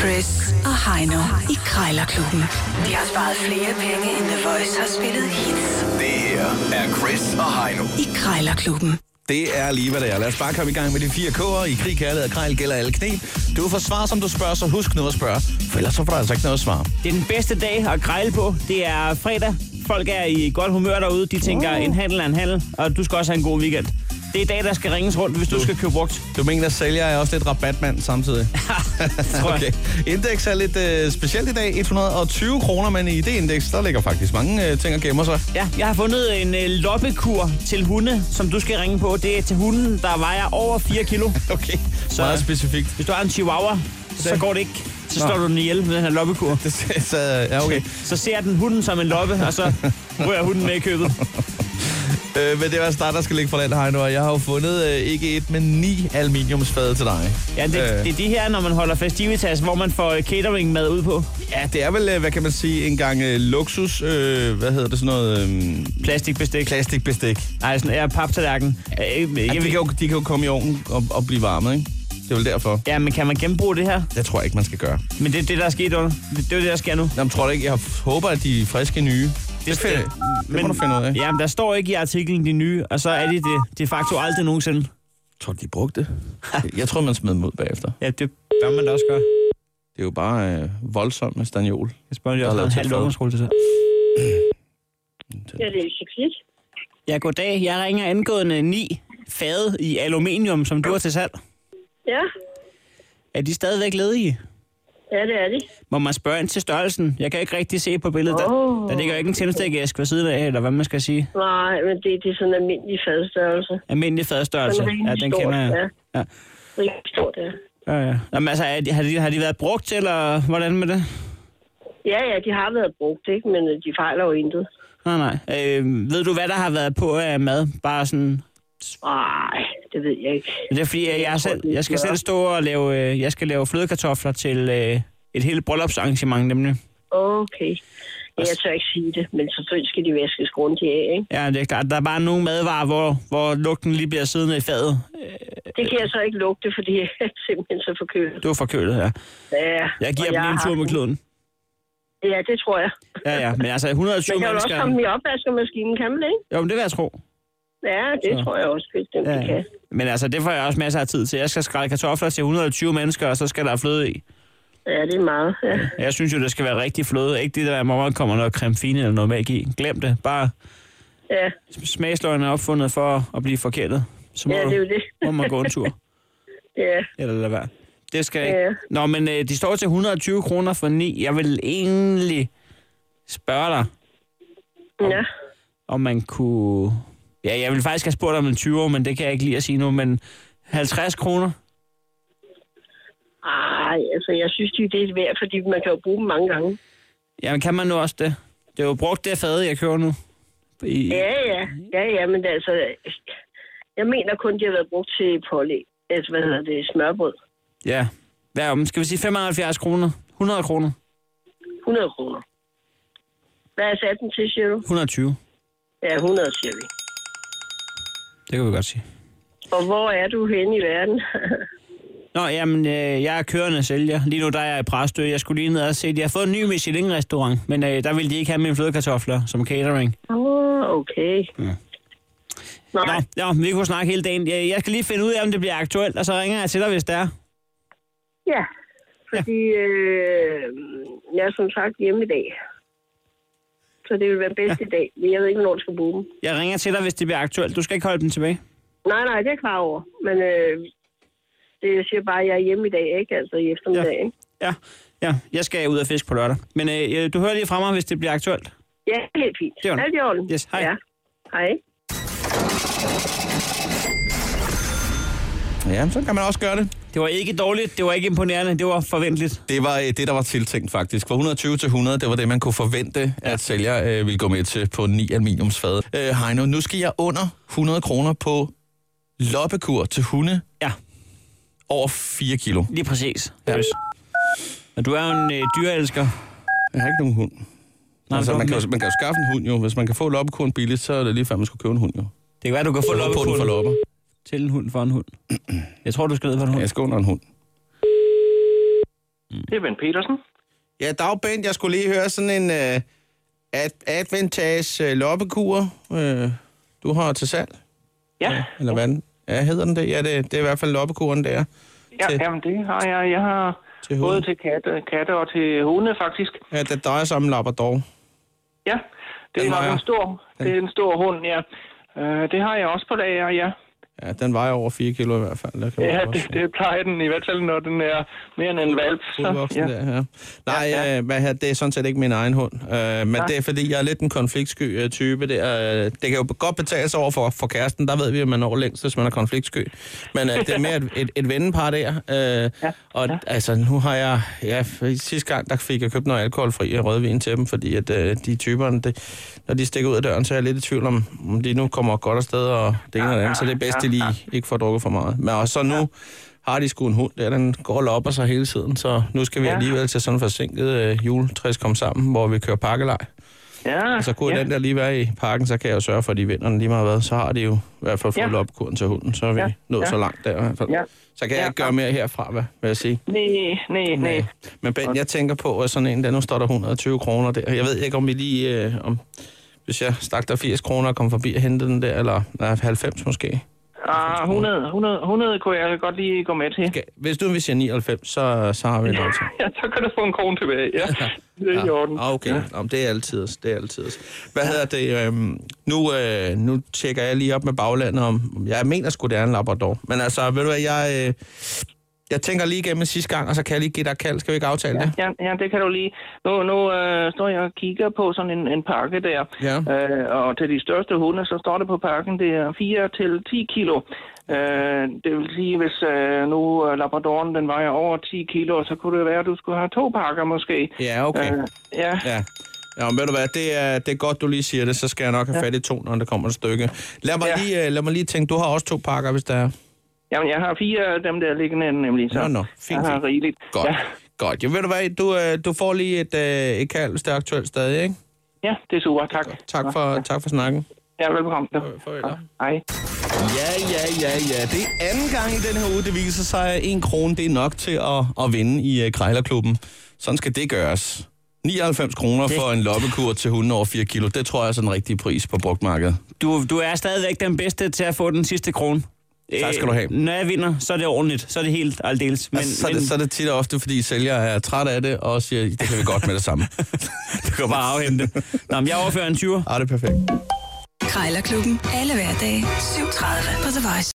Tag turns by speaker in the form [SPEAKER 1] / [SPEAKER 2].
[SPEAKER 1] Chris og Heino i Krejlerklubben. De har sparet flere penge, end The Voice har spillet hits
[SPEAKER 2] Det her er Chris og Heino.
[SPEAKER 1] i Krejlerklubben.
[SPEAKER 3] Det er lige, hvad det er. Lad os bare komme i gang med de fire K'er. I krig, kærlighed og krejl gælder alle knep. Du får svar, som du spørger, så husk noget at spørge. For ellers så får du altså ikke noget at svare.
[SPEAKER 4] Det er den bedste dag at grejle på. Det er fredag. Folk er i godt humør derude. De tænker, en handel er en handel, og du skal også have en god weekend. Det er i dag, der skal ringes rundt, hvis du skal købe brugt.
[SPEAKER 3] Du mener, at sælger er også lidt rabatmand samtidig?
[SPEAKER 4] tror jeg.
[SPEAKER 3] okay. Indeks er lidt øh, specielt i dag. 120 kroner, men i det indeks, der ligger faktisk mange øh, ting og gemmer sig.
[SPEAKER 4] Ja, jeg har fundet en øh, loppekur til hunde, som du skal ringe på. Det er til hunden, der vejer over 4 kilo.
[SPEAKER 3] Okay, så...
[SPEAKER 4] Så-
[SPEAKER 3] meget specifikt.
[SPEAKER 4] Hvis du har en chihuahua, så går det ikke. Så
[SPEAKER 3] Nå.
[SPEAKER 4] slår du den ihjel med den her loppekur.
[SPEAKER 3] Det ser- så, ja, okay.
[SPEAKER 4] Så ser den hunden som en loppe, og så rører hunden med i købet.
[SPEAKER 3] Øh, men det var start, der skal ligge for land, Heino, og jeg har jo fundet øh, ikke et, men ni aluminiumsfade til dig.
[SPEAKER 4] Ja, det,
[SPEAKER 3] Øh.
[SPEAKER 4] det er de her, når man holder festivitas, hvor man får øh, catering-mad ud på.
[SPEAKER 3] Ja, det er vel, øh, hvad kan man sige, en gang øh, luksus, øh, hvad hedder det, sådan noget øh,
[SPEAKER 4] Plastikbestik.
[SPEAKER 3] plastikbestik.
[SPEAKER 4] Nej, sådan er paptallerken. Øh, øh,
[SPEAKER 3] Ja,
[SPEAKER 4] jeg
[SPEAKER 3] de, kan
[SPEAKER 4] ved-
[SPEAKER 3] jo, de kan jo komme i ovnen og, og blive varme, ikke? Det er vel derfor.
[SPEAKER 4] Ja, men kan man genbruge det her?
[SPEAKER 3] Det tror jeg ikke, man skal gøre.
[SPEAKER 4] Men det er det, der er sket under. Det det er jo det, der sker nu.
[SPEAKER 3] Jamen, tror du ikke, jeg håber, at de er friske nye. Det, det, find, det må du finde ud af.
[SPEAKER 4] Jamen, der står ikke i artiklen de nye, og så er de det de facto aldrig nogensinde.
[SPEAKER 3] Tror du, de brugte det? jeg tror, man smed dem ud bagefter.
[SPEAKER 4] Ja, det bør man da også gøre.
[SPEAKER 3] Det er jo bare øh, voldsomt med stanjol.
[SPEAKER 4] Jeg spørger lige
[SPEAKER 3] Der er
[SPEAKER 4] også, der er
[SPEAKER 3] lavet
[SPEAKER 4] en
[SPEAKER 3] til
[SPEAKER 4] halv
[SPEAKER 3] for.
[SPEAKER 4] ungdomsskole til sig.
[SPEAKER 5] Ja, det er Sofie.
[SPEAKER 4] Ja, goddag. Jeg ringer angående ni fade i aluminium, som du har til salg.
[SPEAKER 5] Ja,
[SPEAKER 4] Er de stadigvæk ledige?
[SPEAKER 5] ja det er det.
[SPEAKER 4] Må man spørge ind til størrelsen? Jeg kan ikke rigtig se på billedet. Der,
[SPEAKER 5] Åh.
[SPEAKER 4] der ligger jo ikke en tændstikæsk ved siden af, eller hvad man skal sige.
[SPEAKER 5] Nej, men det, det er sådan en almindelig fadstørrelse.
[SPEAKER 4] Almindelig fadstørrelse.
[SPEAKER 5] Den er
[SPEAKER 4] Altså, Ja,
[SPEAKER 5] rimelig
[SPEAKER 4] den kender
[SPEAKER 5] stor,
[SPEAKER 4] jeg. Ja.
[SPEAKER 5] Rigtig stort, ja.
[SPEAKER 4] Ja, ja. Jamen, altså, er de, har, de, har de været brugt, eller hvordan med det?
[SPEAKER 5] Ja, ja, de har været brugt, ikke? men øh, de fejler jo intet.
[SPEAKER 4] Nej, nej. Øh, ved du, hvad der har været på af mad? Bare sådan...
[SPEAKER 5] Nej, det ved jeg ikke.
[SPEAKER 4] Det er fordi, at jeg, er selv, jeg skal selv stå og lave... øh, Jeg skal lave flødekartofler til øh, et helt bryllupsarrangement, nemlig.
[SPEAKER 5] Okay. Ja, jeg tør ikke sige det, men selvfølgelig skal de vaskes grundigt af, ikke?
[SPEAKER 4] Ja, det er klart. Der er bare nogle madvarer, hvor, hvor lugten lige bliver siddende i fadet.
[SPEAKER 5] Det kan jeg så ikke lugte, fordi jeg er simpelthen så forkølet.
[SPEAKER 4] Det var forkølet, ja.
[SPEAKER 5] Ja,
[SPEAKER 4] Jeg giver
[SPEAKER 5] og
[SPEAKER 4] dem lige en
[SPEAKER 5] har
[SPEAKER 4] tur med
[SPEAKER 5] haft-
[SPEAKER 4] kloden.
[SPEAKER 5] Ja, det tror jeg.
[SPEAKER 4] Ja, ja. Men altså, 120
[SPEAKER 5] Man kan jo også
[SPEAKER 4] mennesker...
[SPEAKER 5] komme i opvaskemaskinen, kan man det, ikke?
[SPEAKER 4] Jo, men det vil jeg tro.
[SPEAKER 5] Ja, det
[SPEAKER 4] Så.
[SPEAKER 5] tror jeg også, bestemt, ja.
[SPEAKER 4] Ja,
[SPEAKER 5] de
[SPEAKER 4] ja.
[SPEAKER 5] kan.
[SPEAKER 4] Men altså, det får jeg også masser af tid til. Jeg skal skrælle kartofler til 120 mennesker, og så skal der fløde i.
[SPEAKER 5] Ja, det er meget. Ja.
[SPEAKER 4] Jeg synes jo, det skal være rigtig fløde. Ikke det der, hvor man kommer noget creme fine eller noget magi. Glem det. Bare
[SPEAKER 5] Ja,
[SPEAKER 4] smagsløgene er opfundet for at blive forkælet. Så må,
[SPEAKER 5] ja det er jo det.
[SPEAKER 4] du- må man gå en tur.
[SPEAKER 5] Ja.
[SPEAKER 4] Eller lade være. Det skal ikke.
[SPEAKER 5] Ja.
[SPEAKER 4] Nå, men øh, de står til 120 kroner for 9. Jeg vil egentlig spørge dig,
[SPEAKER 5] ja.
[SPEAKER 4] om man kunne... Ja, jeg vil faktisk have spurgt om en 20 men det kan jeg ikke lige at sige nu. Men 50 kroner?
[SPEAKER 5] Ej, altså, jeg synes jo, det er værd, fordi man kan jo bruge dem mange gange.
[SPEAKER 4] Jamen, kan man nu også det? Det er jo brugt det fad, jeg kører nu. I...
[SPEAKER 5] Ja, ja. Ja, ja, men det er altså... Jeg mener kun, de har været brugt til pålæg. Altså, hvad hedder det? Smørbrød.
[SPEAKER 4] ja. Hvad om? Skal vi sige 75 kroner? 100 kroner?
[SPEAKER 5] 100 kroner. Hvad er sat den til, siger du?
[SPEAKER 4] 120.
[SPEAKER 5] Ja, 100, siger vi.
[SPEAKER 4] Det kan vi godt sige.
[SPEAKER 5] Og hvor er du henne i verden?
[SPEAKER 4] Nå, jamen, øh, jeg er kørende sælger. Lige nu der er jeg i Præstø. Jeg skulle lige ned og se, at jeg har fået en ny Michelin-restaurant, men øh, der ville de ikke have mine flødekartofler som catering.
[SPEAKER 5] Åh, oh, okay.
[SPEAKER 4] Ja. Nå,
[SPEAKER 5] Nej,
[SPEAKER 4] ja, vi kunne snakke hele dagen. Jeg, jeg skal lige finde ud af, om det bliver aktuelt, og så ringer jeg til dig, hvis det er.
[SPEAKER 5] ja. Fordi øh, jeg er som sagt hjemme i dag. Så det vil være bedst i dag. Men jeg ved ikke, hvornår du skal bruge dem.
[SPEAKER 4] Jeg ringer til dig, hvis det bliver aktuelt. Du skal ikke holde dem tilbage.
[SPEAKER 5] Nej, nej, det er jeg klar over. Men øh, det jeg siger bare, at jeg er hjemme i dag, ikke? Altså i eftermiddag, ja. ikke?
[SPEAKER 4] Ja, ja, jeg skal ud og fiske på lørdag. Men øh, øh, du hører lige fra mig, hvis det bliver aktuelt.
[SPEAKER 5] Ja, det er helt fint.
[SPEAKER 4] Det er ordentligt.
[SPEAKER 5] Alt i orden.
[SPEAKER 4] Yes, hej.
[SPEAKER 5] Ja. Hej.
[SPEAKER 3] Ja, så kan man også gøre det.
[SPEAKER 4] Det var ikke dårligt, det var ikke imponerende, det var forventeligt.
[SPEAKER 3] Det var øh, det, der var tiltænkt faktisk. Fra 120 til 100, det var det, man kunne forvente, at sælger øh, ville gå med til på 9 aluminiumsfade. Øh, Heino, nu skal jeg under 100 kroner på loppekur til hunde
[SPEAKER 4] Ja,
[SPEAKER 3] over 4 kilo.
[SPEAKER 4] lige præcis.
[SPEAKER 3] Ja.
[SPEAKER 4] Og du er jo en øh, dyreelsker.
[SPEAKER 3] Jeg har ikke nogen hund. Nej, altså,
[SPEAKER 4] du-
[SPEAKER 3] man, kan jo, man kan jo skaffe en hund jo. Hvis man kan få loppekuren billigt, så er det lige før, man skulle købe en hund jo.
[SPEAKER 4] Det kan være, du kan få
[SPEAKER 3] Så på den for
[SPEAKER 4] loppekuren
[SPEAKER 3] lopper.
[SPEAKER 4] til en hund for en hund. Jeg tror, du skal ned for en hund.
[SPEAKER 3] Jeg skal under en hund.
[SPEAKER 6] Det er Ben Petersen.
[SPEAKER 3] Ja, dag Bent, jeg skulle lige høre sådan en øh, ad- advantage øh, loppekur, øh, du har til salg.
[SPEAKER 6] Ja,
[SPEAKER 3] Eller hvad den- ja, hedder den det? Ja, det, det er i hvert fald loppekuren der.
[SPEAKER 6] ja
[SPEAKER 3] til-
[SPEAKER 6] jamen det har jeg. Jeg har
[SPEAKER 3] Til hunde.
[SPEAKER 6] både til katte, katte og til hunde, faktisk.
[SPEAKER 3] Ja, det drejer sig om en labrador.
[SPEAKER 6] Ja, det
[SPEAKER 3] Den
[SPEAKER 6] er
[SPEAKER 3] har
[SPEAKER 6] nok
[SPEAKER 3] jeg.
[SPEAKER 6] en stor, det er en stor hund, ja. Øh, det har jeg også på lager, ja.
[SPEAKER 3] Ja, den vejer over 4 kilo i hvert fald. Der kan man
[SPEAKER 6] Ja,
[SPEAKER 3] godt se.
[SPEAKER 6] det, det plejer den i hvert fald, når den er mere end en valp. Så,
[SPEAKER 3] Fuldvoksen
[SPEAKER 6] ja.
[SPEAKER 3] der, ja. Nej,
[SPEAKER 6] Ja, ja.
[SPEAKER 3] Øh, hvad her, det er sådan set ikke min egen hund. Øh, men det er, fordi jeg er lidt en konfliktsky øh, type. Der. Øh, det kan jo godt betale sig over for, for kæresten. Der ved vi, at man når længst, hvis man er konfliktsky. Men øh, det er mere et, et, et vennepar der. Øh, ja. Og ja. altså, nu har jeg... Ja, f- sidste gang, der fik jeg købt noget alkoholfri øh, rødvin til dem, fordi at øh, de typerne, det, når de stikker ud af døren, så er jeg lidt i tvivl om, om de nu kommer godt afsted og det ene og det andet. Så det er bedst, de lige ikke får drukket for meget. Men også så nu har de sgu en hund der, den går og lopper sig hele tiden, så nu skal vi ja.
[SPEAKER 6] Ja.
[SPEAKER 3] alligevel til sådan en forsinket øh, juletræs komme sammen, hvor vi kører pakkelej.
[SPEAKER 6] Ja,
[SPEAKER 3] Og så kunne ja.
[SPEAKER 6] ja.
[SPEAKER 3] den der lige være i parken, så kan jeg jo sørge for, at de vinder den lige meget hvad. Så har de jo i hvert fald fået
[SPEAKER 6] Ja.
[SPEAKER 3] ja. lopkuren til hunden, så er vi ja.
[SPEAKER 6] Ja.
[SPEAKER 3] nået ja.
[SPEAKER 6] Ja.
[SPEAKER 3] så langt der i hvert fald.
[SPEAKER 6] Ja.
[SPEAKER 3] Så kan jeg
[SPEAKER 6] Ja.
[SPEAKER 3] ikke gøre mere herfra, hvad, vil jeg sige.
[SPEAKER 6] Nej, nej, nej.
[SPEAKER 3] Men Ben, jeg tænker på, at sådan en der, nu står der 120 kroner der. Jeg ved ikke, om vi lige... Øh, om, hvis jeg stak der 80 kroner og kom forbi og hentede den der, eller nej, 90 måske.
[SPEAKER 6] Ah, 100, 100, 100 kunne jeg godt lige gå med til.
[SPEAKER 3] Okay. Hvis du vil sige 99, så, så har vi lov til.
[SPEAKER 6] Ja, så kan du få en krone tilbage. Ja, det er i orden.
[SPEAKER 3] Ah, okay. Ja. Jamen, det er altid os. Det er altid os. Hvad hedder det? Øhm, nu, øh, nu tjekker jeg lige op med baglandet om... Jeg mener sgu, det er en Labrador. Men altså, ved du hvad, jeg... Øh, jeg tænker lige igennem sidste gang, og så kan jeg lige give dig et kald. Skal vi ikke aftale ja. det?
[SPEAKER 6] Ja, ja, det kan du lige. Nu, nu øh, står jeg og kigger på sådan en, en pakke der.
[SPEAKER 3] Ja.
[SPEAKER 6] Øh, og til de største hunde, så står det på pakken, det er 4 til 10 kilo. Øh, det vil sige, hvis øh, nu øh, Labradoren den vejer over 10 kilo, så kunne det være, at du skulle have to pakker måske.
[SPEAKER 3] Ja, okay.
[SPEAKER 6] Øh, ja,
[SPEAKER 3] Ja. Ja, men ved du hvad, det er, det er godt, du lige siger det, så skal jeg nok have fat i to, når det kommer et stykke. Lad mig,
[SPEAKER 6] Ja.
[SPEAKER 3] ja. lige, øh, lad mig lige tænke, du har også to pakker, hvis der er.
[SPEAKER 6] jamen jeg har fire af dem der liggende nemlig, så
[SPEAKER 3] Nå, nå. Fint,
[SPEAKER 6] jeg har
[SPEAKER 3] fint.
[SPEAKER 6] rigeligt.
[SPEAKER 3] Godt,
[SPEAKER 6] Ja,
[SPEAKER 3] ja. godt. Jeg ved du hvad, du, øh, du får lige et, øh, et kald, hvis det er aktuelt stadig, ikke?
[SPEAKER 6] ja, det er super, tak.
[SPEAKER 3] Tak for, tak for snakken.
[SPEAKER 6] Ja, velbekomme.
[SPEAKER 3] farvel.
[SPEAKER 6] Hej.
[SPEAKER 3] Ja, ja, ja, ja. Det er anden gang i den her uge, det viser sig, at en krone, det er nok til at, at vinde i uh, Krejlerklubben. Sådan skal det gøres. 99 kroner for en loppekur til hunden over 4 kilo. Det tror jeg er sådan en rigtig pris på brugtmarkedet.
[SPEAKER 4] Du, du er stadigvæk den bedste til at få den sidste krone.
[SPEAKER 3] Tak skal du have.
[SPEAKER 4] Øh, Når jeg vinder, så er det ordentligt. Så er det helt aldeles. Men,
[SPEAKER 3] Men, altså, så, er
[SPEAKER 4] men
[SPEAKER 3] det, så er det tit og ofte, fordi sælger er træt af det, og siger, det kan vi godt med det samme. det går
[SPEAKER 4] bare afhente. Nå, men jeg overfører en 20'er.
[SPEAKER 3] Ah, det er perfekt.
[SPEAKER 1] Krejlerklubben. Alle hverdage. 7.30 på The Voice.